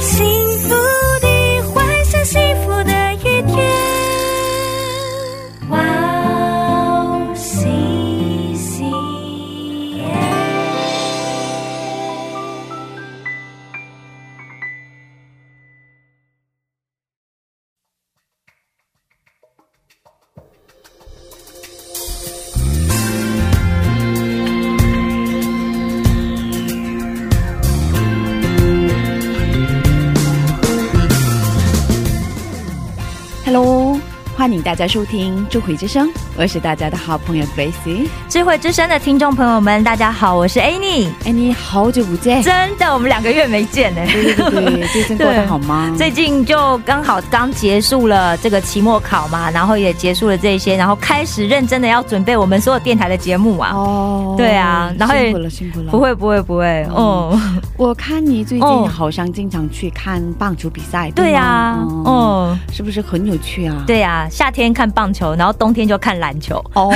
幸福的幻想，幸福的一天。哇哦，西西耶！ Hello，欢迎大家收听《智慧之声》，我是大家的好朋友 Gracie。智慧之声的听众朋友们，大家好，我是 Annie。哎，你好久不见，真的，我们两个月没见 呢。对对对，最近过得好吗？最近就刚好刚结束了这个期末考嘛，然后也结束了这些，然后开始认真的要准备我们所有电台的节目啊。哦对啊然后也辛苦了，辛苦了。不，会不会不会，嗯哦，我看你最近哦好像经常去看棒球比赛，对呀、呀，哦，哦，是不是很有趣啊？，对呀、夏天看棒球，然后冬天就看篮球。 哦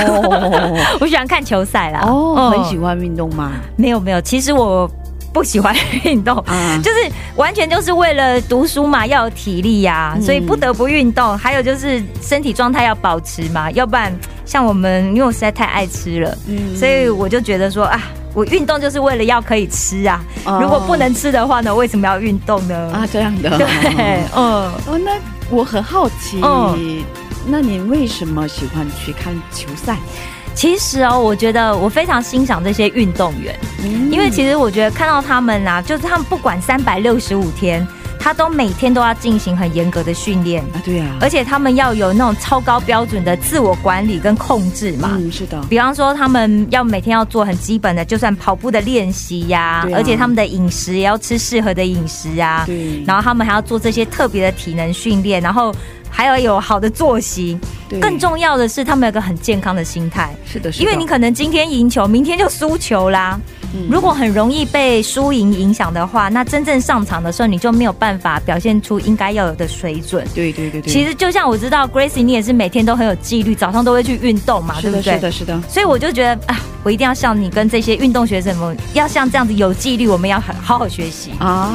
我喜欢看球赛啦。哦，很喜欢。欢运动吗？没有没有，其实我不喜欢运动， 啊，就是完全就是为了读书嘛，要有体力呀、嗯所以不得不运动。还有就是身体状态要保持嘛，要不然像我们，因为我实在太爱吃了，嗯所以我就觉得说啊，我运动就是为了要可以吃啊。哦如果不能吃的话呢，为什么要运动呢？啊，这 样的，对，嗯。哦，那我很好奇，嗯那你为什么喜欢去看球赛？其实哦，我觉得我非常欣赏这些运动员，嗯因为其实我觉得看到他们啊，就是他们不管三百六十五天，他都每天都要进行很严格的训练。啊，对呀、而且他们要有那种超高标准的自我管理跟控制嘛。嗯，是的，比方说，他们要每天要做很基本的，就算跑步的练习呀、对啊而且他们的饮食也要吃适合的饮食啊，对，然后他们还要做这些特别的体能训练，然后还要有好的作息。对更重要的是，他们有一个很健康的心态，是的，是的，因为你可能今天赢球，明天就输球啦。嗯如果很容易被输赢影响的话，那真正上场的时候，你就没有办法表现出应该要有的水准。对对对对，其实就像我知道 Gracie，你也是每天都很有纪律，早上都会去运动嘛，是对的，不是对？的，是的，所以我就觉得啊，我一定要像你跟这些运动学生们，要像这样子有纪律，我们要很好好学习。啊，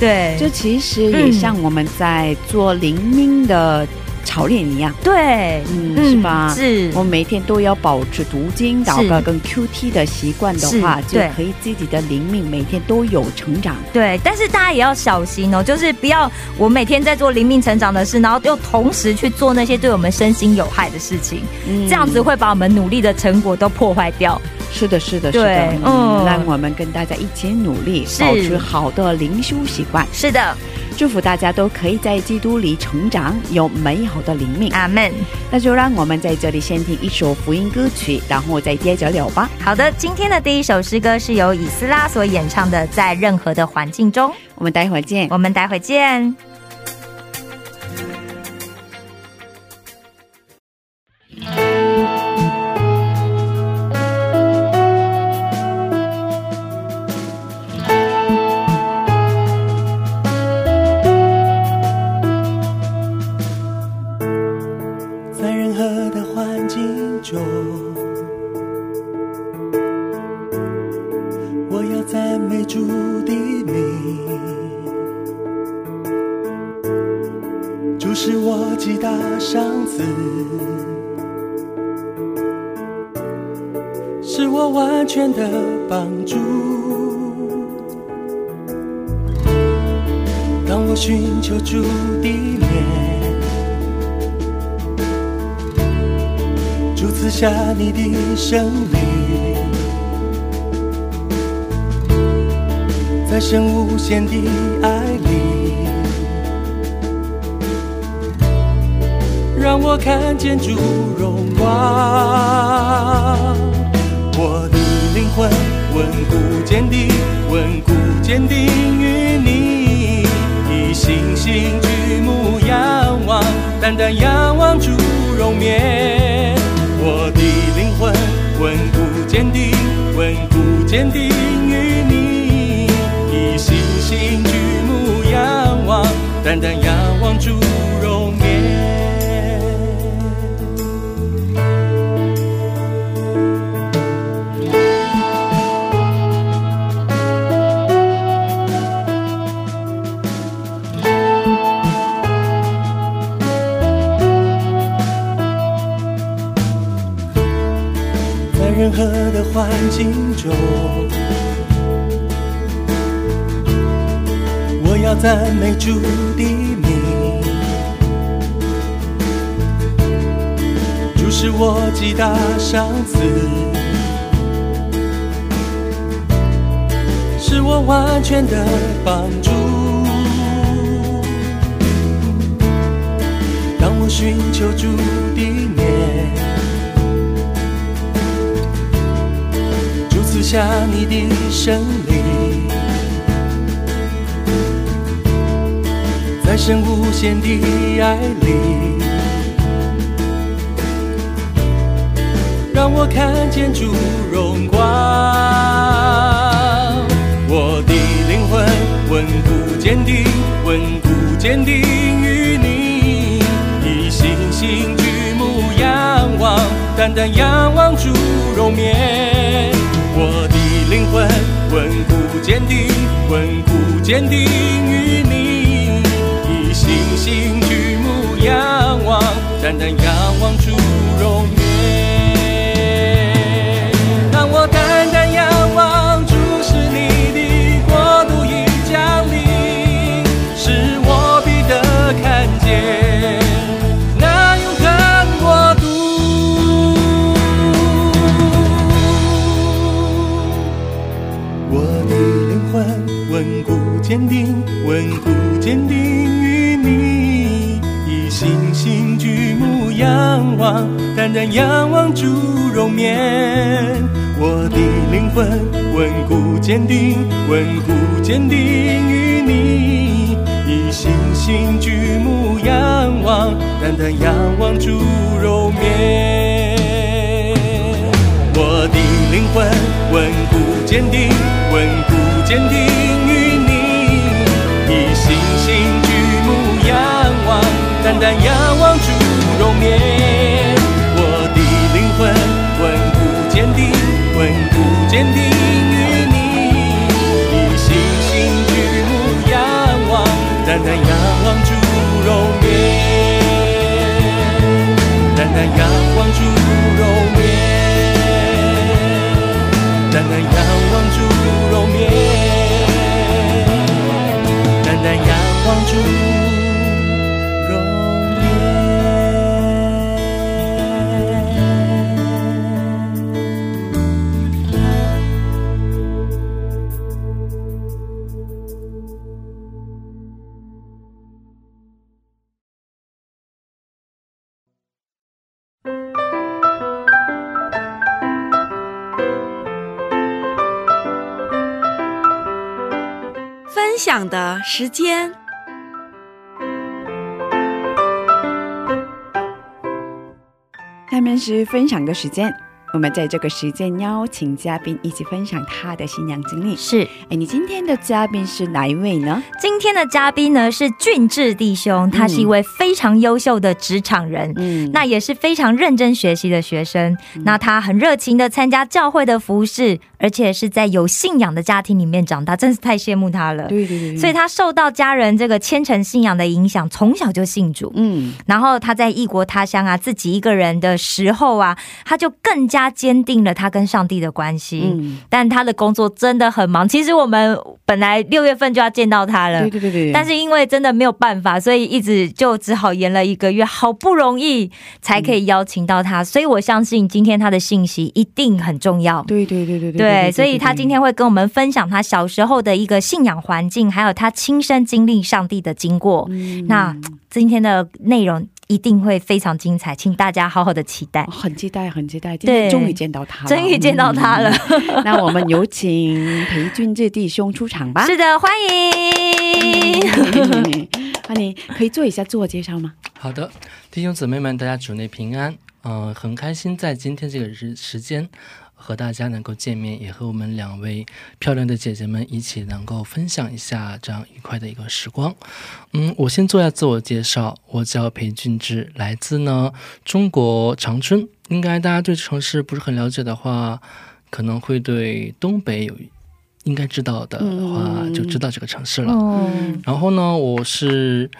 对，这其实也嗯像我们在做灵敏的操练一样，对，嗯，是吧？是我，们每天都要保持读经、祷告跟 QT 的习惯的话，是就对可以自己的灵敏每天都有成长。对。但是大家也要小心哦，就是不要我每天在做灵命成长的事，然后又同时去做那些对我们身心有害的事情，嗯这样子会把我们努力的成果都破坏掉。是的，是的，是对的，嗯，嗯让我们跟大家一起努力，是保持好的灵修习惯。是的，祝福大家都可以在基督里成长，有美好的灵命。阿门。那就让我们在这里先听一首福音歌曲，然后再接着聊吧。好的，今天的第一首诗歌是由以斯拉所演唱的《在任何的环境中》，我们待会儿见。我们待会见。在任何的环境中，我要赞美主的名，主是我极大赏赐，是我完全的帮助。当我寻求主的面。主赐下你的生命，在神无限的爱里，让我看见主荣光。我的灵魂稳固坚定，稳固坚定于你，以信心举目仰望，单单仰望主容面。我的灵魂稳固坚。坚定与你，以信心举目仰望，单单仰望主容颜。在任何的环境中，我要赞美主的名。主是我极大赏赐，是我完全的帮助。当我寻求主的面。主赐下你的圣灵，在神无限的爱里，让我看见主荣光。我的灵魂稳固坚定，稳固坚定于你，以信心举目仰望，单单仰望主容面。我的灵魂稳固坚定，稳固坚定于你，以信心举目仰望，单单仰望主容颜。当我单单仰望主，是你的国度已降临，是我必得看见。那永恒国度。我的灵魂稳固坚定，稳固坚定于你，以信心举目仰望，单单仰望主容面。我的灵魂稳固坚定，稳固坚定于你，以信心举目仰望，单单仰望主容面。我的灵魂稳固坚定，稳固坚定于你，以信心举目仰望，单单仰望主容颜。我的灵魂稳固坚定，稳固坚定于你，以信心举目仰望，单单仰望主容颜，单单仰望主容颜。淡淡仰望猪肉面，淡淡仰望猪肉面。分享的时间。下面是分享的时间，我们在这个时间邀请嘉宾一起分享他的新娘经历。是哎，你今天的嘉宾是哪一位呢？今天的嘉宾呢是俊志弟兄，他是一位非常优秀的职场人。嗯那也是非常认真学习的学生。那他很热情的参加教会的服饰，而且是在有信仰的家庭里面长大，真是太羡慕他了。对对对，所以他受到家人这个虔诚信仰的影响，从小就信主。嗯，然后他在异国他乡啊，自己一个人的时候啊，他就更加坚定了他跟上帝的关系。嗯但他的工作真的很忙，其实我们本来六月份就要见到他了，嗯对对对对，但是因为真的没有办法，所以一直就只好延了一个月，好不容易才可以邀请到他，所以我相信今天他的信息一定很重要。对对对对对，所以他今天天会跟我们分享他小时候的一个信仰环境，还有他亲身经历上帝的经过。那今天的内容一定会非常精彩，请大家好好的期待哦。很期待，很期待，今天对终于见到他了，终于见到他了，嗯。 那我们有请裴俊志弟兄出场吧。是的，欢迎。嗯，那你可以做一下自我介绍吗？好的，弟兄姊妹们，大家主内平安。嗯、很开心在今天这个时时间和大家能够见面，也和我们两位漂亮的姐姐们一起能够分享一下这样愉快的一个时光。嗯，我先做一下自我介绍，我叫裴俊之，来自呢中国长春。应该大家对这城市不是很了解的话，可能会对东北有应该知道的话，嗯就知道这个城市了。哦，然后呢，我是，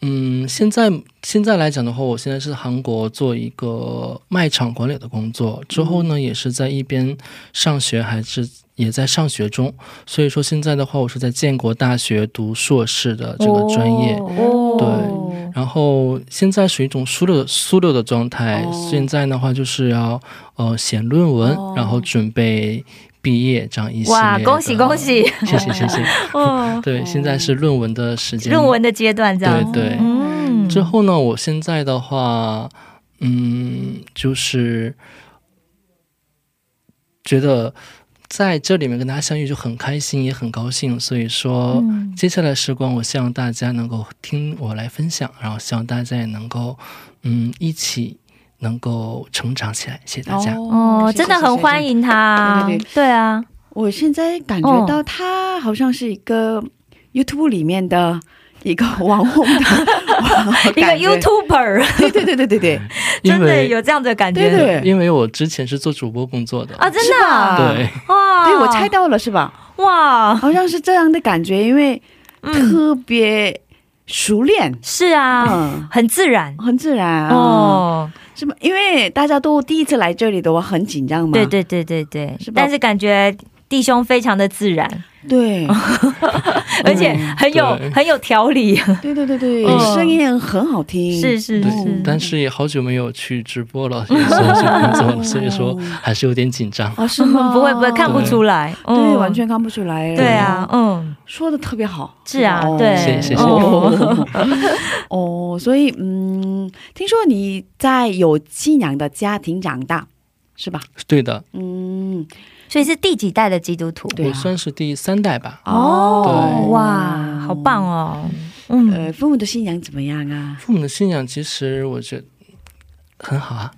嗯，现在现在来讲的话，我现在是韩国做一个卖场管理的工作，之后嗯呢，也是在一边上学，还是也在上学中。所以说现在的话，我是在建国大学读硕士的这个专业。哦，对然后现在属于一种疏流疏流的状态，哦现在的话就是要呃写论文，哦然后准备毕业这样一系列。哇，恭喜恭！喜！谢谢谢谢。哦，对，现在是论文的时 间。论文的阶段这样，对对嗯，之后呢，我现在的话，嗯，就是觉得在这里面跟大家相遇就很开心，也很高兴。所以说，嗯接下来时光，我希望大家能够听我来分享，然后希望大家也能够，嗯，一起能够成长起来。谢谢大家。哦，是真的很欢。是是是迎他，对对啊，我现在感觉到他好像是一个 YouTube 里面的一个网红的一个 YouTuber，对对对对对对，因真的为有这样子的感觉，对对因为我之前是做主播工作的，啊，真的是啊吧对，哇，对我猜到了是吧？哇，好像是这样的感觉，因为嗯，特别熟练，是啊，嗯，很自然很自然哦，哦，是吗？因为大家都第一次来这里的话很紧张嘛，对对对对对是，吧嗯但是感觉。弟兄非常的自然，对，而且很有、对很有条理，对对对对，嗯声音很好听， 是是对是，但是也好久没有去直 播了，也算是工作了，所以说还是有点紧张。啊，是吗？ 不会不会看不出来，对，嗯对，完全看不出来。对啊，，嗯，说的特别好，是啊哦对谢谢谢谢哦， 哦所以嗯，听说你在有信仰的家庭长大，是吧？对的，嗯，所以是第几代的基督徒？对啊我算是第三代吧。哦对哇，好棒！哦，嗯，呃，父母的信仰怎么样啊？父母的信仰其实我觉得很好啊。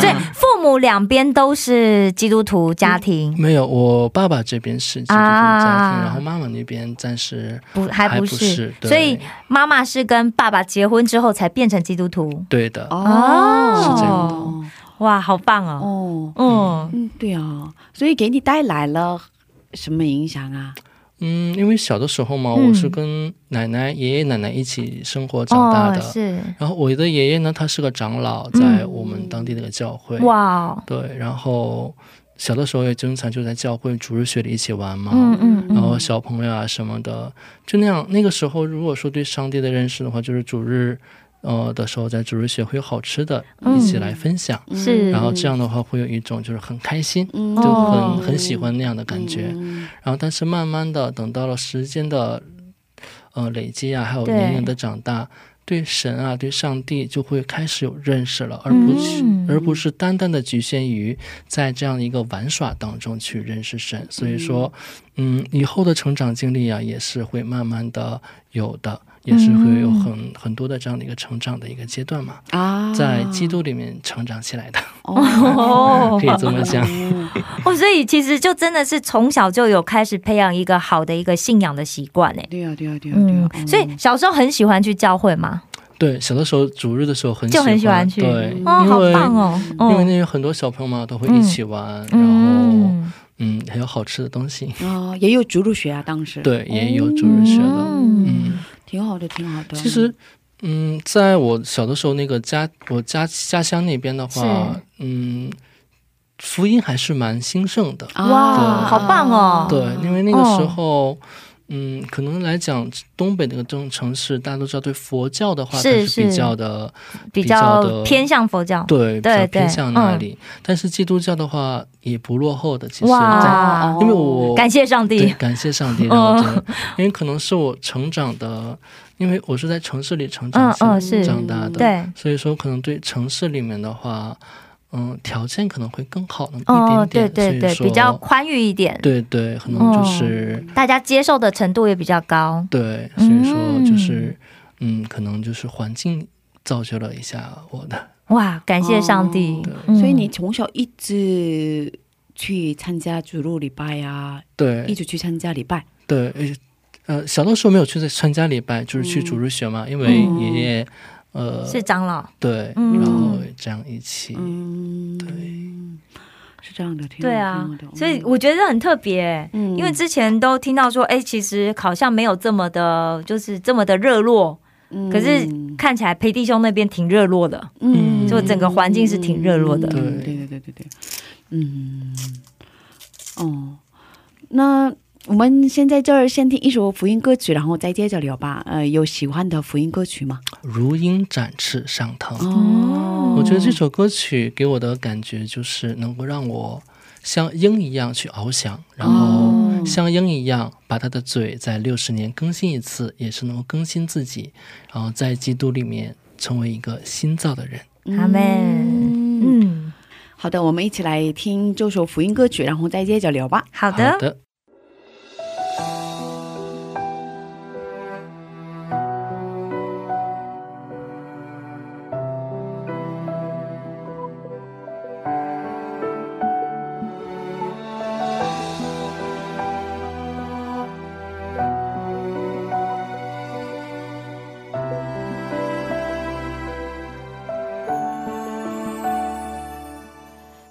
所以父母两边都是基督徒家庭，没有，我爸爸这边是基督徒家庭，啊然后妈妈那边暂时不还不不是是，，对所以妈妈是跟爸爸结婚之后才变成基督徒。对的，哦，是这样哦哇，好棒哦！哦，嗯，嗯，对啊，所以给你带来了什么影响啊？嗯，因为小的时候嘛，嗯我是跟奶奶、爷爷奶奶一起生活长大的。哦、是嗯然后我的爷爷呢，他是个长老，在我们当地那个教会。哇哦，对，然后小的时候也经常就在教会主日学里一起玩嘛，嗯嗯然后嗯，小朋友啊什么的，就那样。那个时候如果说对上帝的认识的话，就是主日。呃的时候，在主日学会有好吃的，嗯一起来分享，是然后这样的话会有一种就是很开心，嗯，就很、哦很喜欢那样的感觉。嗯然后，但是慢慢的等到了时间的呃累积啊，还有对年龄的长大，对神啊，对上帝就会开始有认识了，而不是、嗯而不是单单的局限于在这样一个玩耍当中去认识神。所以说，嗯，以后的成长经历啊，也是会慢慢的有的。也是会有很、嗯很多的这样的一个成长的一个阶段嘛，啊，在基督里面成长起来的， 哦，哦可以这么讲。哦，所以其实就真的是从小就有开始培养一个好的一个信仰的习惯哎。对呀、对呀、对呀、对啊哦呀、啊嗯，所以小时候很喜欢去教会嘛，对，小的时候主日的时候很就很喜欢去对，哦，因好为棒哦，因为那嗯有很多小朋友嘛，都会一起玩，然后嗯，嗯，还有好吃的东西，哦，也有主路学啊，当时对，也有主日学的，嗯嗯，挺好的，挺好的。其实。嗯，在我小的时候，那个家我家家乡那边的话是，嗯，福音还是蛮兴盛的。啊哇好棒哦对，因为那个时候，嗯，可能来讲东北那个这种城市，大家都知道，对佛教的话，它是是比是较的比较较的偏向佛教，对，比对较偏对向那嗯里。但是基督教的话，也不落后的。其实，啊在哦哇，因为我感谢上对，帝，感谢上帝，然哦后真的，因为可能是我成长的，因为我是在城市里成嗯长起、嗯是长大的，对，所以说可能对城市里面的话，嗯，条件可能会更好那么哦，一点对对点，所对以，说比较哦宽裕一点，对对，可能就是、大家接受的程度也比较高，嗯对，所以说就是嗯可能就是环境造就了一下我的。哇，感谢上帝！哦对嗯所以你从小一直去参加主日礼拜呀、对，一直去参加礼拜。对，呃呃，小的时候没有去参加礼拜，就是去主日学嘛，因为嗯爷爷，呃，是长老，对，嗯然后这样一起，嗯，对，是这样的，挺好对啊挺好，的所以我觉得很特别、欸嗯因为之前都听到说，哎、其实好像没有这么的，就是这么的热络。嗯可是看起来裴弟兄那边挺热络的，嗯就整个环境是挺热络的对对对对对对对，嗯，哦，那我们先在这儿先听一首福音歌曲，然后再接着聊吧。呃，有喜欢的福音歌曲吗？如鹰展翅上腾。哦我觉得嗯这首歌曲给我的感觉就是能够让我像鹰一样去翱翔，然后哦像鹰一样把他的嘴在六十年更新一次，也是能够更新自己，然后在基督里面成为一个新造的人。阿门、嗯，嗯，好的，我们一起来听这首福音歌曲，然后再接着聊吧。好的，好的，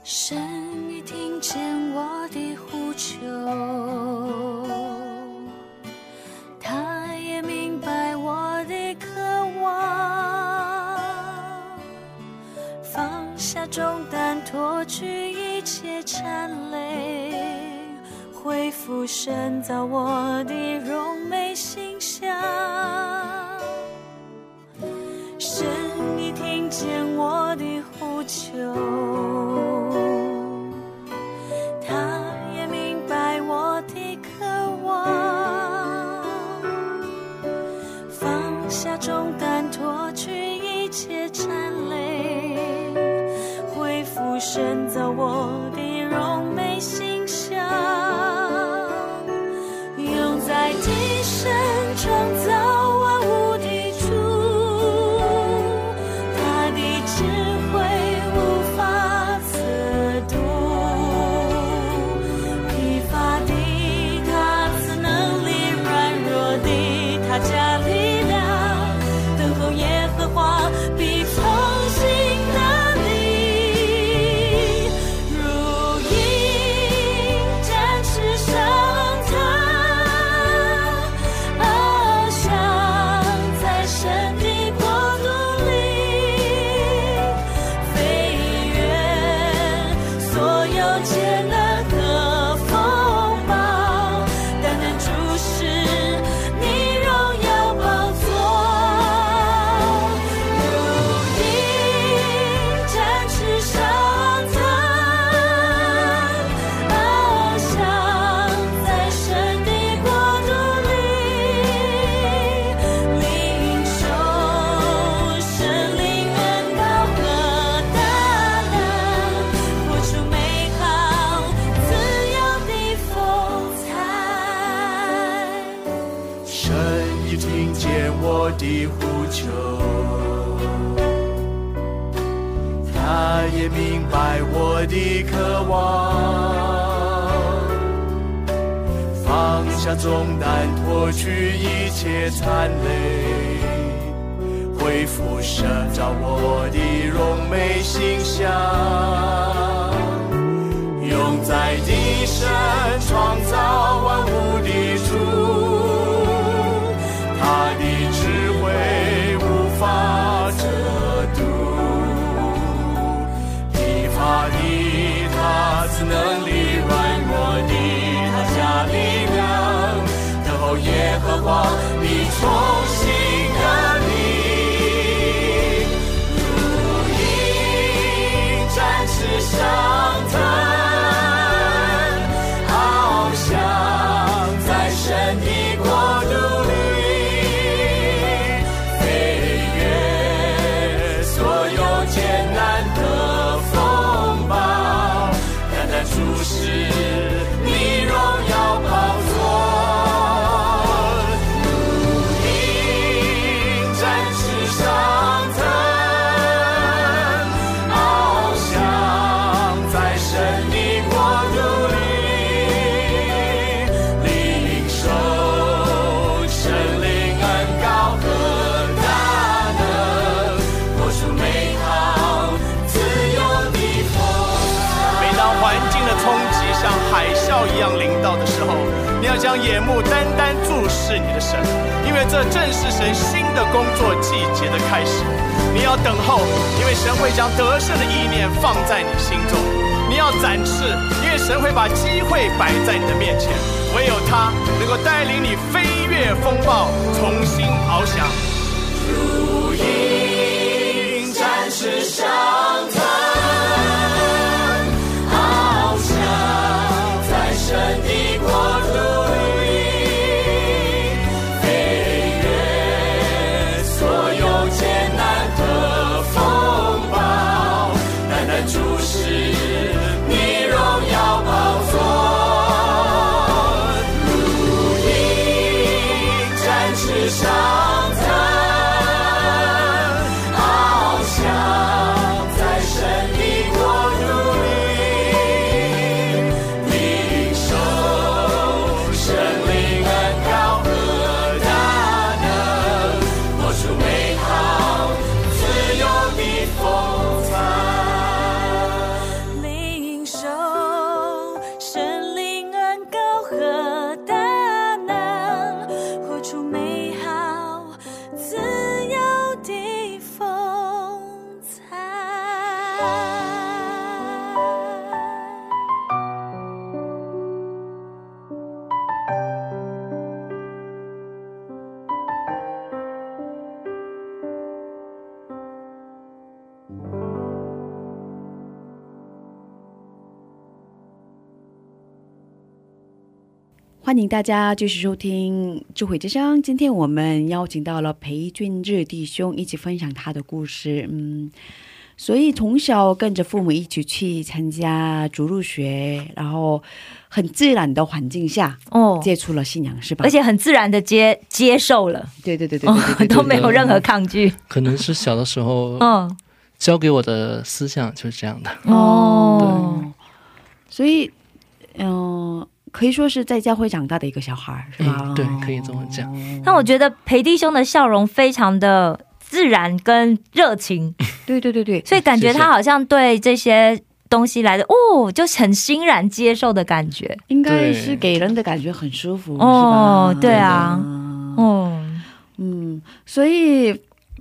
神已听见我的呼求，他也明白我的渴望，放下重担，脱去一切缠累，恢复神造我的柔美形象。神，你听见我的呼求，他也明白我的渴望，放下重担，脱去一切缠累，恢复神造我的柔美形象，用在提升创造万物的主。他的智慧无法测度，疲乏的他，自能力软弱的他加力量，等候耶和华必重新得力，如鹰展翅上腾，翱翔在神的国度里。飞越所有艰难和风暴，单单注视你荣耀宝座，如鹰展翅上腾，翱翔在神的国度里，领受神灵恩膏和大能，活出美好自由的风采。神已听见我的呼求，他也明白我的渴望，放下重担，脱去一切残累，恢复神照我的荣美形象。永在的神，创造万物的主，他的智慧无法测度。疲乏的他，自能力软弱的他加力量，等候耶和华，你重新的力。如鹰展翅上腾，翱翔要将眼目单单注视你的神，因为这正是神新的工作季节的开始。你要等候，因为神会将得胜的意念放在你心中；你要展翅，因为神会把机会摆在你的面前。唯有他能够带领你飞越风暴，重新翱翔。如鹰展翅上腾，翱翔在神的国度里，飞越所有艰难和风暴，单单注视你荣耀宝座。如鹰展翅上腾，翱翔在神的国度里，领受神灵恩高和大能，活出美好自由的风采。领受神灵恩高和大能，活出美好自由的风采。欢迎大家继续收听《智慧之声》。今天我们邀请到了裴俊志弟兄一起分享他的故事。嗯，所以从小跟着父母一起去参加主入学，然后很自然的环境下哦，接触了信仰，是吧？而且很自然的接接受了，对，对对对对对对对 都没有任何抗拒。可能是小的时 候嗯，教给我的思想就是这样的。哦，所以，嗯、可以说是在教会长大的一个小孩儿，是吧？哦哎嗯，对，可以这么讲。嗯但我觉得裴弟兄的笑容非常的自然跟热情，对对对对，所以感觉嗯谢谢他好像对这些东西来的哦，就很欣然接受的感觉。应该对是给人的感觉很舒嗯服，哦是吧？对啊嗯嗯，嗯，所以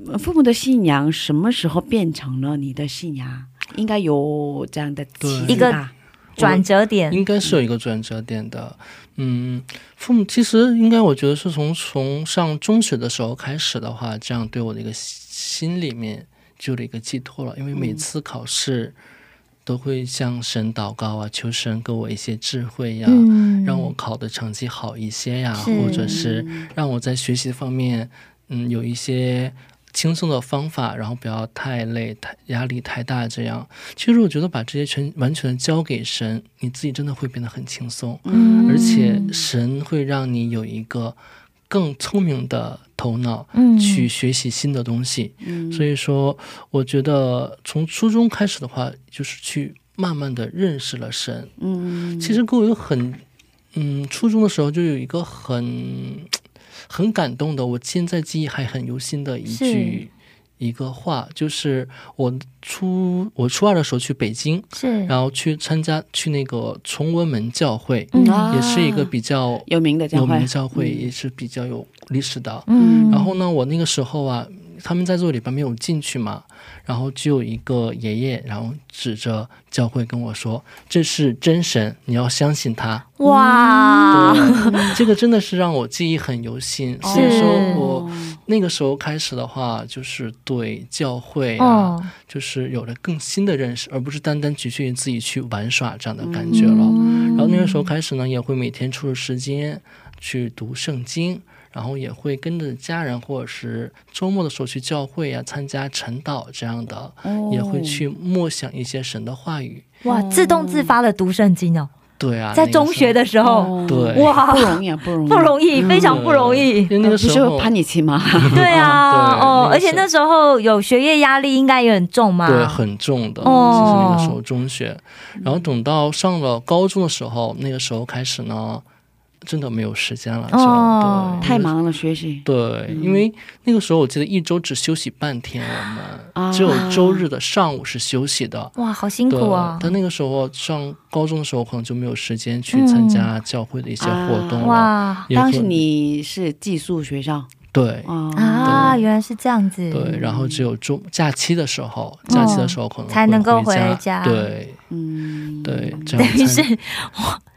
呃父母的信仰什么时候变成了你的信仰？应该有这样的契机一个吧转折点，应该是有一个转折点的。嗯，父母其实应该，我觉得是从从上中学的时候开始的话，这样对我的一个心心里面就有了一个寄托了。因为每次考试都会向神祷告啊，求神给我一些智慧呀、嗯让我考的成绩好一些呀，是或者是让我在学习方面，嗯，有一些轻松的方法，然后不要太累、太压力太大。这样，其实我觉得把这些全完全交给神，你自己真的会变得很轻松，嗯而且神会让你有一个更聪明的头脑。嗯去学习新的东西，所以说，我觉得从初中开始的话，就是去慢慢的认识了神，嗯，其实给我有很，嗯，初中的时候就有一个很很感动的，我现在记忆还很犹新的一句一个话，就是我初我初二的时候去北京，是然后去参加去那个崇文门教会，嗯啊也是一个比较有名的教有名会的，教会，也是比较有历史的。嗯然后呢，我那个时候啊，他们在座里边没有进去嘛，然后就有一个爷爷，然后指着教会跟我说：“这是真神，你要相信他。哇，这个真的是让我记忆很犹新。哦所以说我哦那个时候开始的话，就是对教会啊，哦，就是有了更新的认识，而不是单单局限于自己去玩耍这样的感觉了。嗯然后那个时候开始呢，也会每天抽出时间去读圣经，然后也会跟着家人或者是周末的时候去教会啊，参加晨祷这样的，也会去默想一些神的话语。哇，自动自发的读圣经哦，对哦啊，在那个时候中学的时候，哦对哇不，容易啊，不容易，不容易，非常对不容易因。为那不个时是候会叛逆期吗？对啊， 对哦，那个而且时候那时候有学业压力，应该也很重嘛。对，很重的。啊哦其实那个时候中学，然后等到上了高中的时候，那个时候开始呢，真的没有时间了，哦嗯就太。忙了，学习对对，因为那个时候我记得一周只休息半天，我啊们只有周日的上午是休息的。哇，好辛对苦啊，！但那个时候上高中的时候，可能就没有时间去参加教会的一些活动了。嗯啊哇也可当时你是寄宿学校哦对啊啊，原来是这样子，对，然后只有周假期的时候，假期的时候可能哦才能够回回家对嗯，对，这等样于是才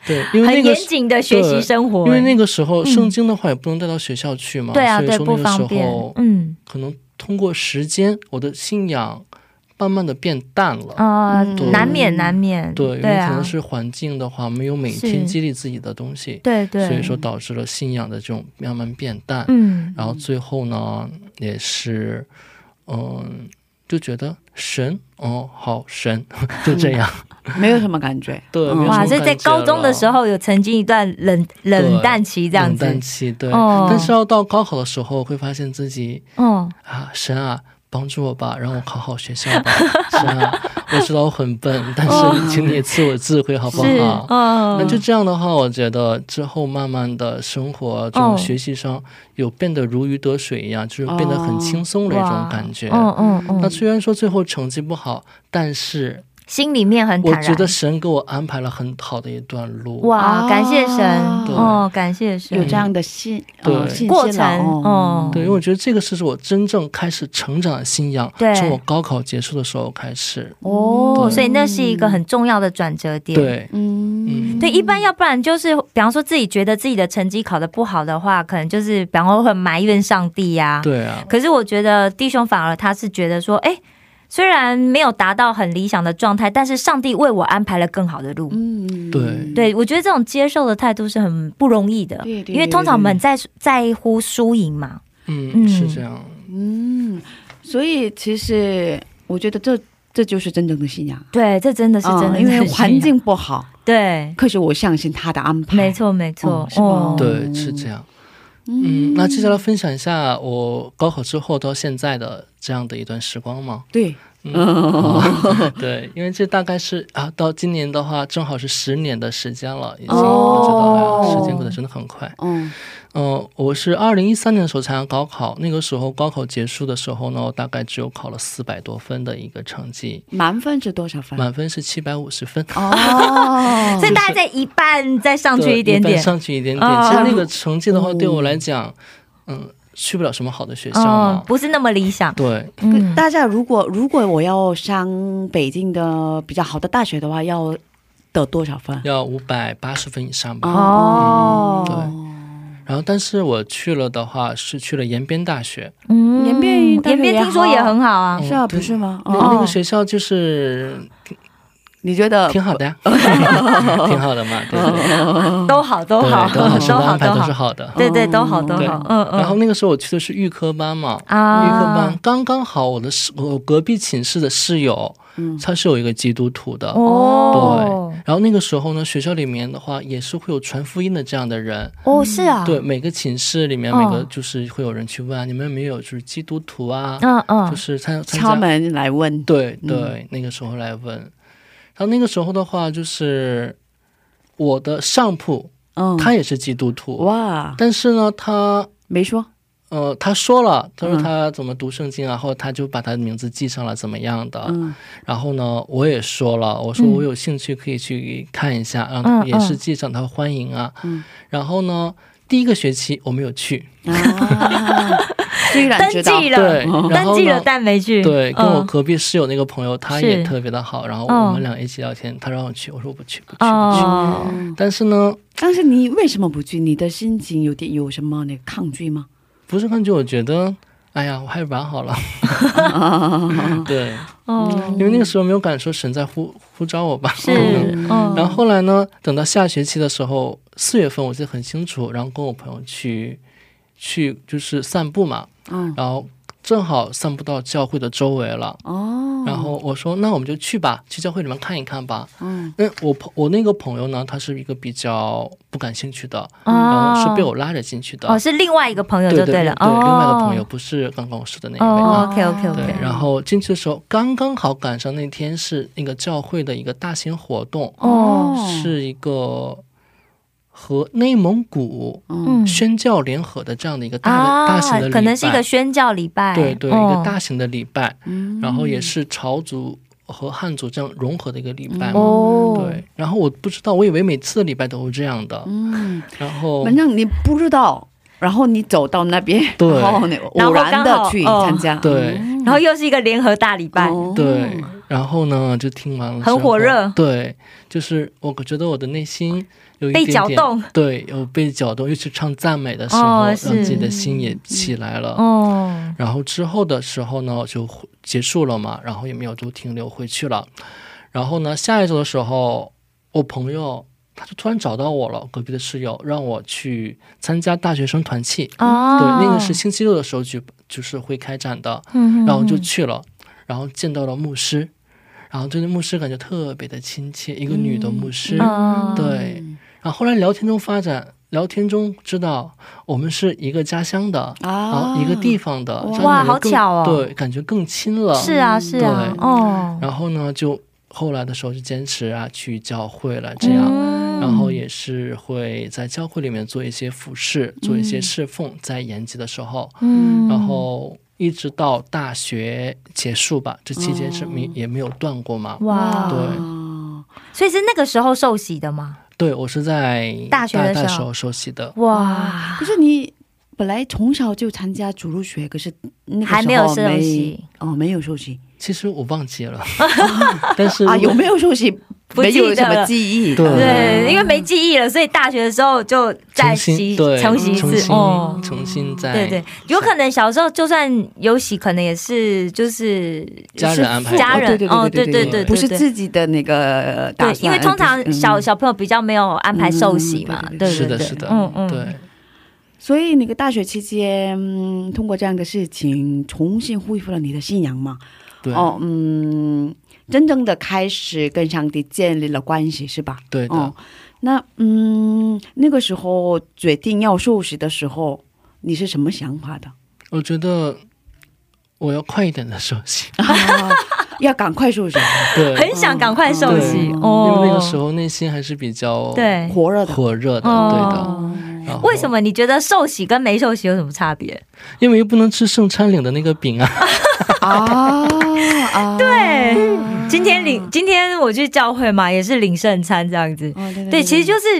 对，因为那很个严谨的学习对生活，因为那个时候圣经的话也不能带到学校去嘛，对啊，所对以说不那个方时便候，嗯可能通过时间，我的信仰慢慢的变淡了。啊，嗯对难免难免，对，因对为可啊能，是环境的话，没有每是天激励自己的东西，对对，所以说导致了信仰的这种慢慢变淡。嗯然后最后呢，也是，嗯，就觉得神哦，好神， 就这样。没有什么感觉。对嗯没有什嗯哇，么所以在感觉高中的时候有曾经一段冷冷淡期这样冷淡子，期对，哦但是要到高考的时候，会发现自己哦，啊，神啊，帮助我吧，让我考好学校吧， 神啊，我知道我很笨，但是请你也赐我智慧好不哦是，好？哦，那就这样的话，我觉得之后慢慢的生活这哦种学习上有变得如鱼得水一样，就是变得很轻松的一种哦哇感觉。嗯嗯那嗯，虽然说最后成绩不好，但是心里面很坦我然，觉得神给我安排了很好的一段路。哇，啊感谢神，对哦，感谢神，有这样的信呃对信息了过程哦哦，对，因为我觉得这个是我真正开始成长的信仰对，从我高考结束的时候开始。哦，对所以那是一个很重要的转折点。。对，嗯嗯对，一般要不然就是，比方说自己觉得自己的成绩考得不好的话，可能就是，比方说很埋怨上帝呀、对啊，可是我觉得弟兄反而他是觉得说，哎，虽然没有达到很理想的状态，但是上帝为我安排了更好的路。嗯，对对，我觉得这种接受的态度是很不容易的，对对因为通常我们在在乎输赢嘛。嗯嗯，是这样。嗯，所以其实我觉得这这就是真正的信仰，对，这真的是真的啊是因这样、为环境不好，对，可是我相信他的安排，没，错没错哦嗯，是吧对，是这样。嗯，那接下来分享一下我高考之后到现在的这样的一段时光嘛。对，嗯， 对，因为这大概是啊，到今年的话，正好是十年的时间了，已经，哦我觉得哎呀时间过得真的很快。嗯嗯，我是二零一三年的时候参加高考，那个时候高考结束的时候呢，我大概只有考了四百多分的一个成绩，满分是多少分？满分是七百五十分。哦，所以大概在一半再上去对一点般点，上去一点点。哦其实那个成绩的话，对我来讲，嗯，去不了什么好的学校嗯嘛，。不是那么理想。对，嗯，大家如果如果我要上北京的比较好的大学的话，要得多少分？要五百八十分以上吧。嗯哦，嗯然后，但是我去了的话，是去了延边大学。嗯延边大学延边也听说也很好啊，是啊，不是吗？那哦，那个学校就是你觉呃得挺好的呀， 挺好的嘛，对对对，都哦好都对好都好，什么安排都都是好，好的。对对都好都对好，嗯嗯。然后那个时候我去的是预科班嘛，预科班啊，刚刚好，我的室我隔壁寝室的室友，嗯他是有一个基督徒的，哦对，然后那个时候呢，学校里面的话也是会有传福音的这样的人，哦是啊，对，每个寝室里面哦每个就是会有人去问啊，你们有没有就是基督徒啊，嗯就嗯是参参敲加，门来问？对对，那个时候来问，然后那个时候的话就是我的上铺嗯，他也是基督徒，哇，但是呢他。没说呃，他说了，他说嗯他怎么读圣经，然后他就把他的名字记上了，怎么样的。嗯然后呢，我也说了，我说嗯我有兴趣可以去看一下，啊，嗯也是记上他欢迎啊。嗯然后呢，第一个学期我没有去，啊， 虽然登知道记对，了，然登后记了呢，但没去，对，跟我嗯隔壁室友那个朋友，他是也特别的好，然后嗯我们俩一起聊天，他让我去，我说我不去，不去，不去。哦，嗯但是呢，但是你为什么不去？你的心情有点有什么那个抗拒吗？不是抗拒，我觉得，哎呀，我还是玩好 了。对，哦，因为那个时候没有感受神在呼呼召我吧，是可能，嗯，然后后来呢，等到下学期的时候，四月份我记得很清楚，然后跟我朋友去去就是散步嘛，嗯，然后正好散步到教会的周围了。哦，然后我说，那我们就去吧，去教会里面看一看吧。嗯，那我朋我那个朋友呢，他是一个比较不感兴趣的，然哦后是被我拉着进去的。哦，是另外一个朋友对就对了，对，哦，另外一个朋友不是刚刚我说的那一位哦啊。 ，OK OK OK，对，然后进去的时候刚刚好赶上那天哦是那个教会的一个大型活动，哦是一个和内蒙古嗯宣教联合的这样的一个大的、啊大型的礼拜，可能是一个宣教礼拜，对对、一哦嗯个大型的礼拜，然后也是朝族和汉族这样融合的一个礼拜嘛。哦，对，然后我不知道，我以为每次的礼拜都是这样的，嗯，然后反正你不知道，然后你走到那边，对然后你偶然后然刚好的去哦参加，对、然后又是一个联合大礼拜，哦对，然后呢就听完了之很后，火热对，就是我觉得我的内心有一被点搅点动，对，有被搅动，尤其唱赞美的时候，哦让是自己的心也起来了。哦，然后之后的时候呢，就回结束了嘛，然后也没有多停留回去了。然后呢，下一周的时候，我朋友他就突然找到我了，隔壁的室友让我去参加大学生团契，哦，嗯对，那个是星期六的时候举，就是会开展的，嗯，嗯然后就嗯去了，然后见到了牧师，然后这个牧师感觉特别的亲切，一个女的牧师，哦对，然后后来聊天中发展，聊天中知道我们是一个家乡的啊，一个地方的，这样哇感觉好更巧哦对，感觉更亲了。是啊是啊，对哦，然后呢，就后来的时候就坚持啊去教会了，这样。嗯然后也是会在教会里面做一些服饰，做一些侍奉，在延吉的时候，嗯然后一直到大学结束吧，这期间是哦没、也没有断过嘛。哇，对哦所以是那个时候受洗的吗？对，我是在大学的时大候哦时候受洗的，嗯哇，可是你本来从小就参加主路学，可是那个时候还没有受没洗哦，没有受洗其实我忘记 了，但是啊，有没有受洗？不没记有得什么了记忆，嗯对对，因为没记忆了，所以大学的时候就再重洗新对重洗一重次新、哦。重新再对对，有可能小时候就算有洗，可能也是就是家人安排的家人哦对对对对对，不是自己的那个打对，算，因为通而常不是小、嗯小朋友比较没有安排受洗嘛，嗯对对对，是的，是的，嗯嗯，对，所以那个大学期间、嗯通过这样的事情重新恢复了你的信仰嘛？对，哦，嗯，真正的开始跟上帝建立了关系是吧？对的。哦，那嗯，那个时候决定要受洗的时候，你是什么想法的？我觉得我要快一点的受洗，啊、要赶快受洗， 对，很想赶快受洗对哦。因为那个时候内心还是比较对火热的。火热的，哦对的。然后为什？么你觉得受洗跟没受洗有什么差别？因为又不能吃圣餐领的那个 饼啊，啊 啊！对，今天领今天我去教会嘛，也是领圣餐这样子。哦，对对对，其实就是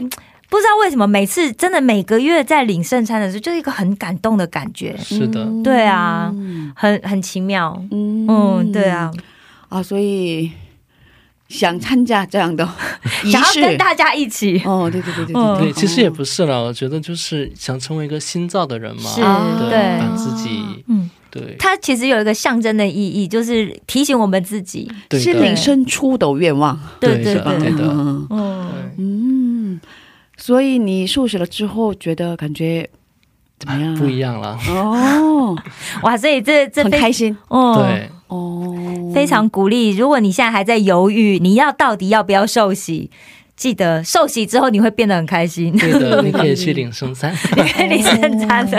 不知道为什么，每次真的每个月在领圣餐的时候，就是一个很感动的感觉，是的，哦对啊，很很奇妙。嗯嗯，对啊，啊，所以想参加这样的嗯仪想要式跟大家一起，哦，对对对对嗯对，其实也不是啦，我觉得就是想成为一个新造的人嘛，是啊对把自己，嗯，对，它其实有一个象征的意义，就是提醒我们自己。对是的领深处的愿望。对对对的对对， 的，嗯嗯，对嗯，所以你受洗了之后，觉得感觉怎么样？啊哎不一样了，哦，哇，所以这这很非开 心哦，对，哦，非常鼓励。如果你现在还在犹豫，你要到底要不要受洗，记得受洗之后你会变得很开心。对的，你可 以去领圣餐，你圣餐的，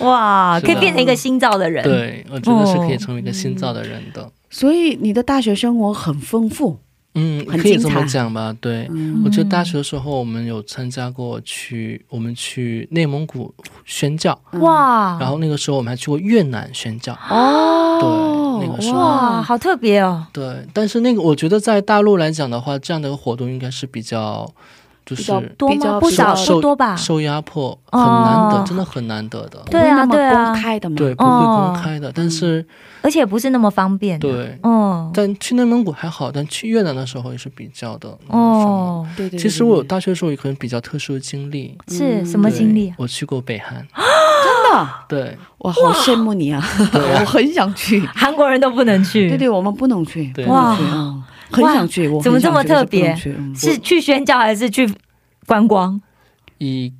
哇，是的可以变成一个新造的人。对，我觉得是可以成为一个新造的人的。所以你的大学生活很丰富嗯，很可以精这么彩嗯讲吧。对，我觉得大学的时候，我们有参加过去，我们去内蒙古宣教，哇，然后那个时候我们还去过越南宣教。哦对那个时候哇，好特别哦。对，但是那个我觉得在大陆来讲的话，这样的一个活动应该是比较，就比是较多比吗？较不少，受不多吧？受压迫，很难得，哦真的很难得的。对啊不会对那么啊公开的嘛，对，不会公哦开的，但是而且不是那么方便。，对，哦但去内蒙古还好，但去越南的时候也是比较的。嗯，哦，对对对。其实我有大学的时候有可能比较特殊的经历，是什么经历嗯对啊？我去过北韩，真的，对我好羡慕你 啊， 我很想去。韩国人都不能去，对对，我们不能去，对不能哇去啊，很想去，我很怎么这么想去可是特别不能去嗯是去宣教还是去观光？以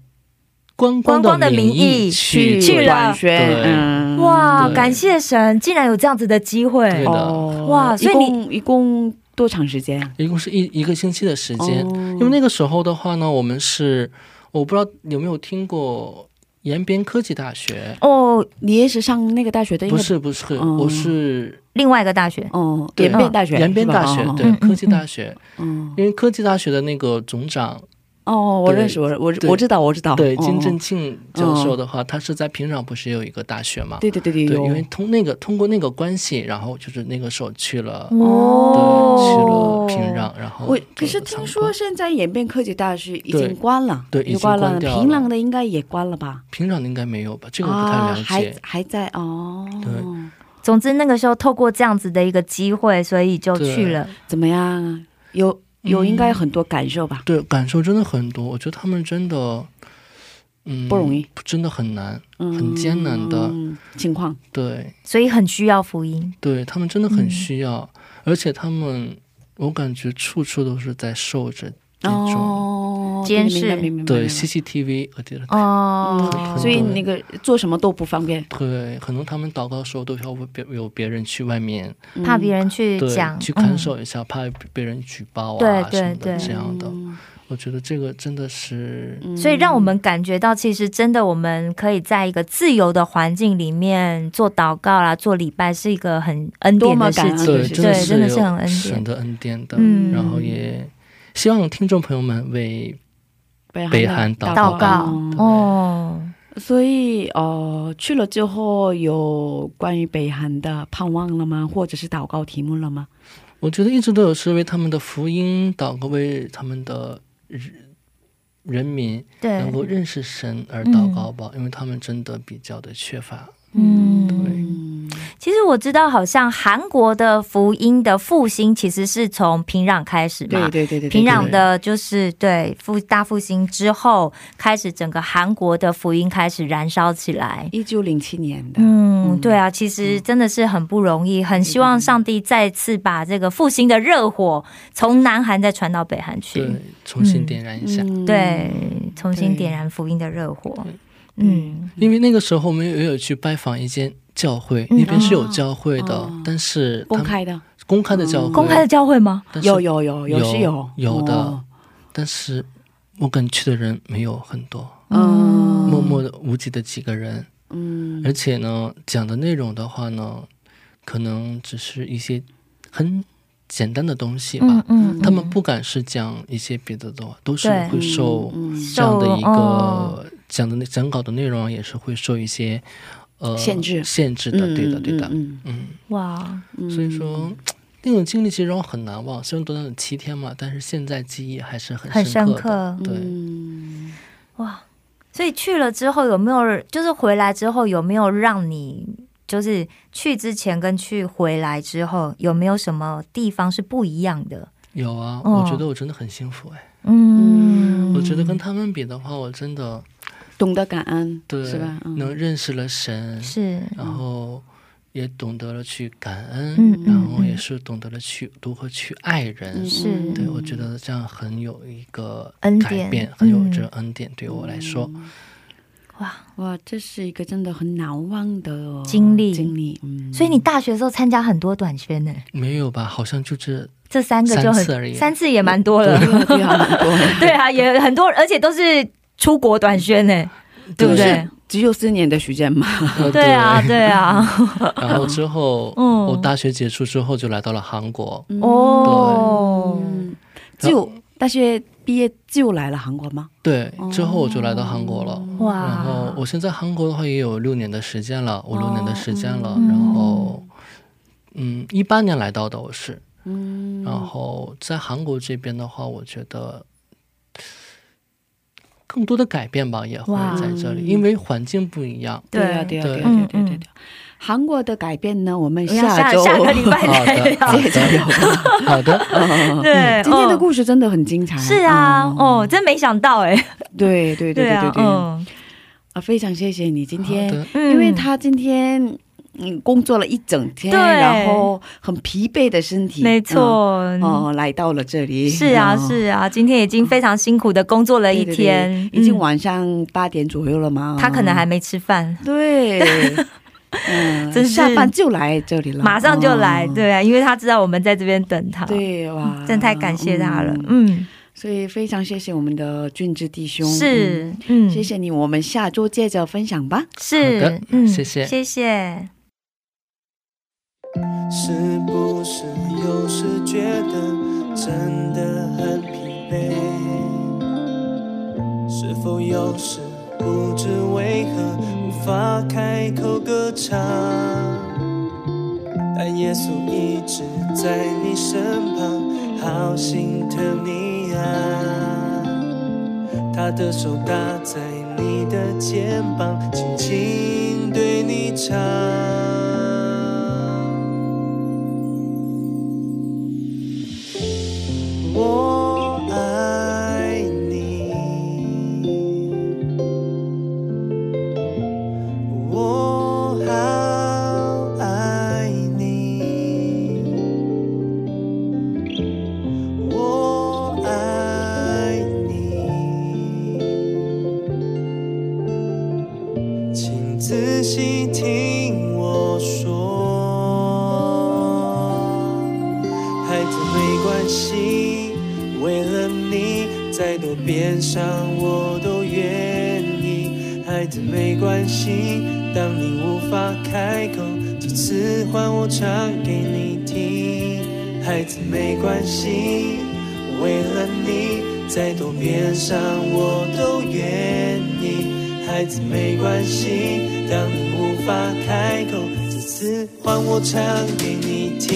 观观光光的名名义去去做了短宣，对嗯，哇，对感谢神，竟然有这样子的机对会的。哦哇所以你一共一共多长时间啊？一共是一一个星期的时间。哦因为那个时候的话呢，我们是我不知道有没有听过延边科技大学，哦，你也是上那个大学的？不，是不是，哦我是另外一个大学哦，对啊延边大学，延边大是学吧，对嗯嗯科技大学，嗯，因为科技大学的那个总长哦，我对认识，我我对我知道，我知道，对，哦金哦正庆教授的话，他是在平壤不是有一个大学嘛？对对对对，对，有因为通那个通过那个关系，然后就是那个时候去了，对，去哦了平壤，然后我就可是听参观说现在延边科技大学已对经关了，对已也经关关了，掉平了壤的应该也关了吧？平壤的应该没有吧？这个我不太啊，了还解。还在哦，对总之那个时候透过这样子的一个机会，所以就去了。怎么样啊？有有应该嗯很多感受吧？对，感受真的很多，我觉得他们真的，嗯，不容易，真的很难，嗯，很艰难的情况，对，所以很需要福音，对他们真的嗯很需要，而且他们，我感觉处处都是在受着这种、哦，监明白视明白明白对明白 CCTV 和电视台，嗯哦，所以那个做什么都不方便，对，可能他们祷告的时候都要为别有别人去外面怕别人去对讲，去嗯看守一下，怕被人举报啊对对什么的对这样的。我觉得这个真的是，嗯所以让我们感觉到，其实真的我们可以在一个自由的环境里面做祷告啦，做礼拜，是一个很恩典的事多么感情。恩对，对的对是真的是有很恩典神的恩典的。嗯然后也希望听众朋友们为嗯北北韩韩的祷祷告嗯哦，所以呃，去了之后有关于北韩的盼望了吗？或者是祷告题目了吗？我觉得一直都有是为他们的福音祷告，为他们的人人民对能，够认识神而祷告吧，嗯因为他们真的比较的缺乏。嗯，其实我知道，好像韩国的福音的复兴其实是从平壤开始嘛，对对对对，对平壤的就是对复大复兴之后，开始整个韩国的福音开始燃烧起来。一九零七年的，嗯，对啊，其实真的是很不容易，很希望上帝再次把这个复兴的热火从南韩再传到北韩去，对，重新点燃一下。嗯对，重新对点燃福音的热火。嗯，因为那个时候我们也有去拜访一间教会，那边是有教会的，嗯哦但是他公们开的，公开的教会，公开的教会吗？但是有有有有是有有的哦但是我感觉去的人没有很多，嗯默默的无几的几个人，嗯，而且呢，讲的内容的话呢，可能只是一些很简单的东西吧。嗯嗯，他们不敢是讲一些别的的话，都是对会受嗯嗯这样的一哦个讲的那讲稿的内容也是会受一些呃限制限制的，对的嗯对的，嗯嗯，哇，所以说那种经历其实让我很难忘，虽然短短的七天嘛，但是现在记忆还是很很深刻的，刻。对。哇，所以去了之后有没有，就是回来之后有没有让你，就是去之前跟去回来之后有没有什么地方是不一样的？有啊，哦我觉得我真的很幸福哎！嗯，我觉得跟他们比的话，我真的懂得感恩，对是吧？嗯能认识了神，是然后也懂得了去感嗯恩嗯，然后也嗯是懂得了去如何去爱人，是对，我觉得这样很有一个恩改典变，很有嗯这恩典对我来说。哇，哇，这是一个真的很难忘的哦经历经历，嗯，所以你大学的时候参加很多短宣呢，没有吧？好像就这，这三个就三很次而已也蛮多了，这个地方很多 对啊，也很多，而且都是出国短宣呢，对不对？只有四年的时间嘛，呃对啊，。对啊， 然后之后，嗯我大学结束之后就来到了韩国，哦，嗯就大学毕业就来了韩国吗？对，之后我就来到韩国了。哇，然后我现在韩国的话也有六年的时间了，我六年的时间了。然后，嗯，一八年来到的我是，嗯，然后在韩国这边的话，我觉得更多的改变吧也会哇在这里，因为环境不一样。对呀，对呀，啊对对呀，嗯对呀对嗯呀。韩国的改变呢，我们我要下周下 个礼拜好再的，聊好。的，好的，对，今天的嗯故事真的很精彩，是啊，嗯哦，真没想到哎、对对对对啊对，对，啊，嗯非常谢谢你今好天的，嗯因为他今天嗯工作了一整天，对然后很疲惫的身体，没错，嗯哦，来到了这里，是啊嗯是啊，今天已经非常辛苦的工作了一对对对天，已经嗯、晚上八点左右了嘛，他可能还没吃饭。 对，嗯，真是下班就来这里了，马上就来，嗯，对啊，因为他知道我们在这边等他，，对哇，真太感谢他了，嗯，嗯，所以非常谢谢我们的俊志弟兄，嗯是，嗯，谢，谢你，我们下周接着分享吧。好是嗯的，谢谢谢谢，是不是有时觉得真的很疲惫？时，不知为何无法开口歌唱。但耶稣一直在你身旁，好心疼你啊。他的手搭在你的肩膀，轻轻对你唱。我爱你，我好爱你，我爱你，请仔细听我说，孩子没关系。为了你，再多变伤我都愿意。孩子没关系，当你无法开口，几次换我唱给你听。孩子没关系，为了你，再多变伤我都愿意。孩子没关系，当你无法开口，几次换我唱给你听。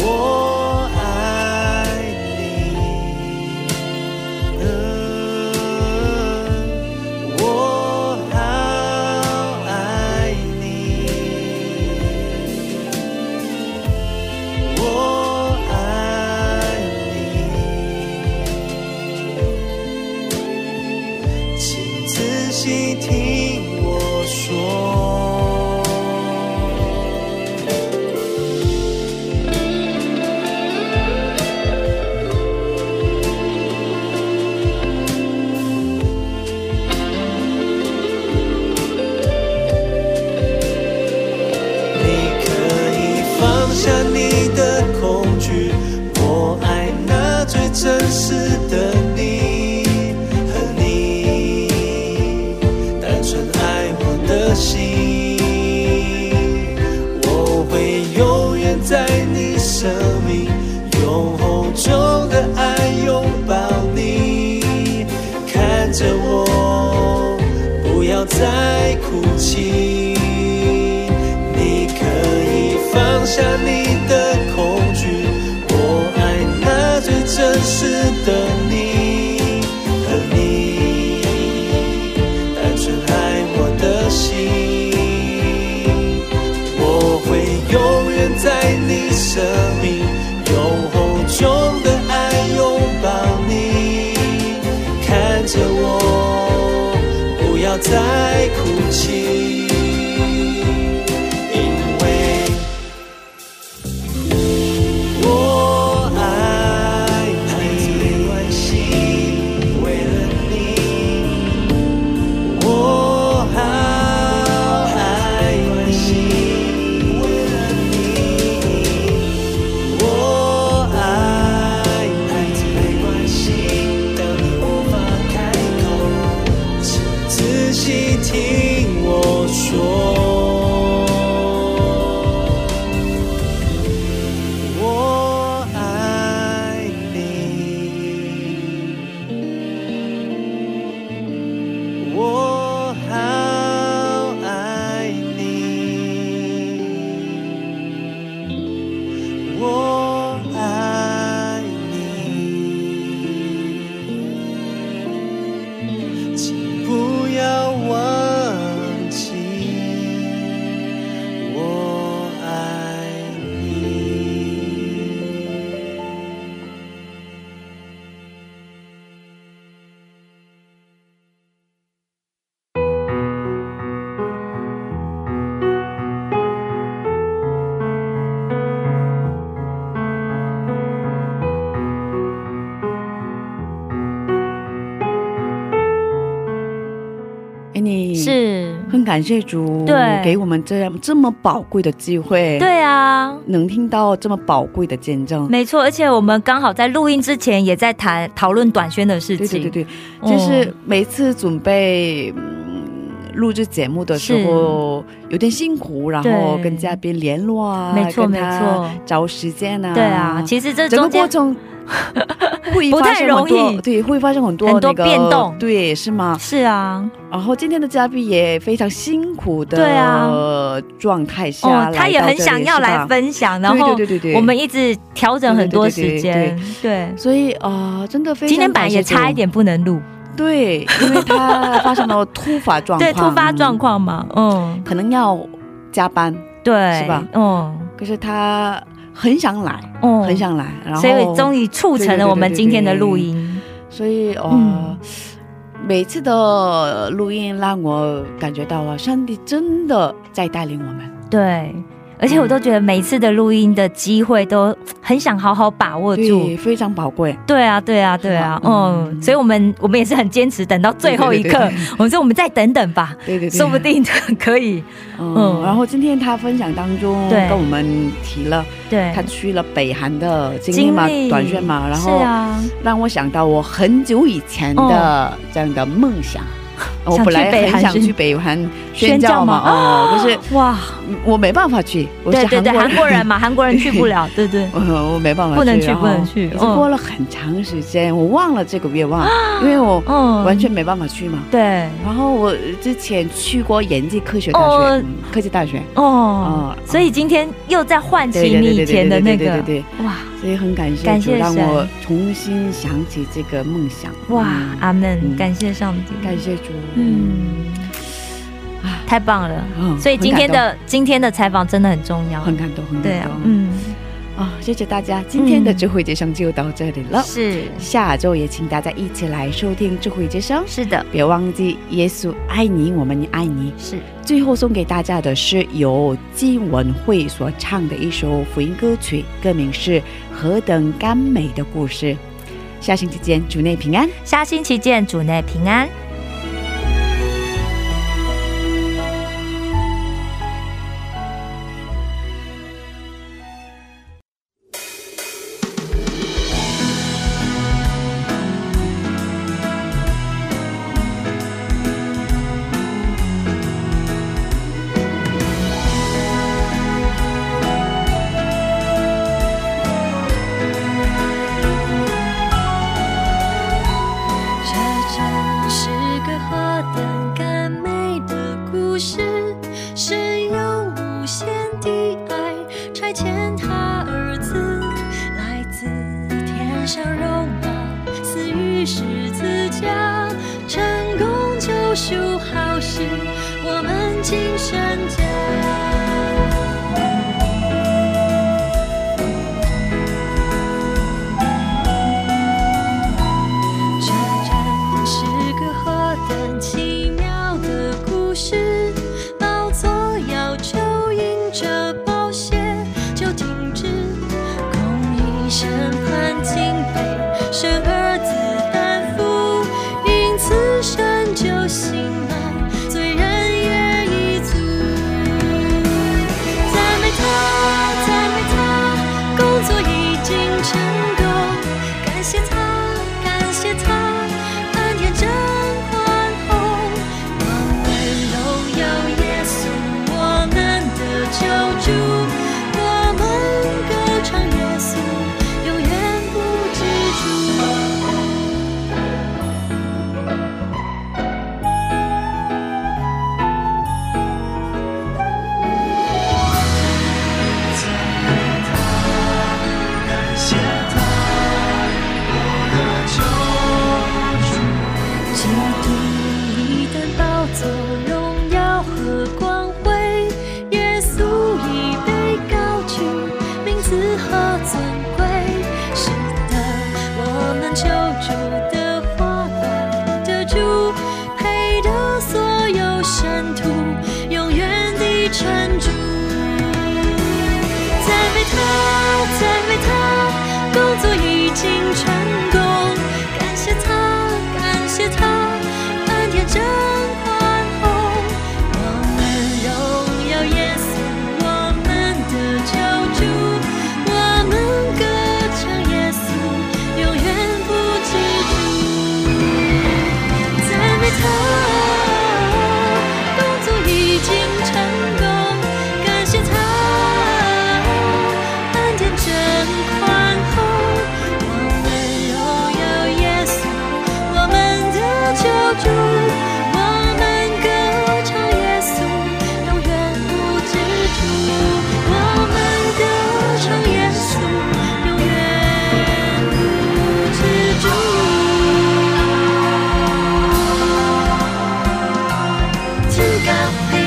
我爱你，嗯，我好爱你，我爱你，请仔细听我说。你可以放下你的恐惧，我爱那最真实的你和你，单纯爱我的心，我会永远在你生命永厚重的爱拥抱你，看着我，不要再哭泣。你可以放下你的恐惧，我爱那最真实的你和你，单纯爱我的心，我会永远在你生命永恒中的爱拥抱你，看着我，不要再哭泣。因为我爱你，孩子没关系，为了你，我好爱你，为了你，我爱你，孩子没关系，当你无法开口，请仔细听我说。我爱你，我好爱你，我爱你，请不要忘记我爱你。哎，你是，很感谢主对给我们这样这么宝贵的机会，，对啊，能听到这么宝贵的见证。没错。而且我们刚好在录音之前也在谈讨论短宣的事对情，对对对，嗯就是每次准备。嗯录制节目的时候有点辛苦，然后对跟嘉宾联络啊，没错跟他没错找时间啊，对啊，其实这整个过中间程会 不发太生很多容易对，会发生很多、那很个、多变动对，是吗？是啊，然后今天的嘉宾也非常辛苦的对啊状态下、哦，他也来到很这里想要是吧来分享，然对后对对对对，我们一直调整很多时对对间对，对。所以啊、呃真的非常今天本来也差一点不能录，感谢这种，对，因为他发生了突发状况， 对，突发状嗯、况嘛，嗯，可能要加班，对，是吧嗯，可是他很想来，嗯，很，想来，然后所以终于促成了我们今天的录音，所以哦、嗯每次的录音让我感觉到啊，上帝真的在带领我们。对。而且嗯我都觉得每次的录音的机会都很想好好把握住对，，非常宝贵。对啊，对啊，对啊，是吗嗯，所以我们我们也是很坚持，等到最后一刻对，我们说我们再等等吧，对对对，说不定可以，嗯。嗯然后今天他分享当中对跟我们提了对他，去了北韩的经历嘛，短宣嘛，然是后啊，让我想到我很久以前的这样的梦 想。我哦想去本来北很韩想宣去北韩宣宣教教嘛，吗哦，可是哇，我没办法去，我是对对韩对，国人，哦 韩国人嘛，韩国人去不了，对对，我我没办法去，不能去，然后不能去，已经过嗯了很长时间，我忘了这个愿望，因为我嗯完全没办法去嘛。对，嗯然后我之前去过延吉科学大学，哦嗯科技大学，哦，嗯所以今天又在唤起对对你对对以前的对对那对对个，对哇对，所以很感谢感主谢让神我重新想起这个梦想。哇嗯，阿门，嗯感谢上帝，感谢主，嗯，啊，太棒了，嗯所以今天很感的今天的采访真的很重要动，很感动，很对感啊动，，嗯，啊，谢谢大家，今天的嗯智慧之声就到这里了，是下周也请大家一起来收听智慧之声，是的，别忘记耶稣爱你，我们也爱你。是最后送给大家的是由金文慧所唱的一首福音歌曲，歌名是《何等甘美的故事》。下星期见，主内平安。下星期见，主内平安。这真是个何等甘美的故事，是用无限的爱差遣他儿子，来自天上荣耀，死于十字架，成功救赎好事，我们今生家。这真是个何等奇妙的故事！宝座要求因着暴血就停止，公义审判竟被神儿子担负，因此神就醒来，罪人也已足。赞美他，赞美他，工作已经成功。感谢他，感谢他，恩典真宽厚。我们都有耶稣，我们的救主，我们歌唱耶稣，永远不知足。基督一旦宝座荣耀和光辉，耶稣已被高举，名字和尊贵。是的，我们救主的话来得住，配得所有圣徒，永远的称主。赞美他，赞美他，工作已经成功。感谢他，感谢他，恩典真宽厚。我们荣耀耶稣，我们的救主，我们歌唱耶稣，永远不知足。赞美他，动作已经成功，感谢他，恩典真宽厚，我们荣咖啡。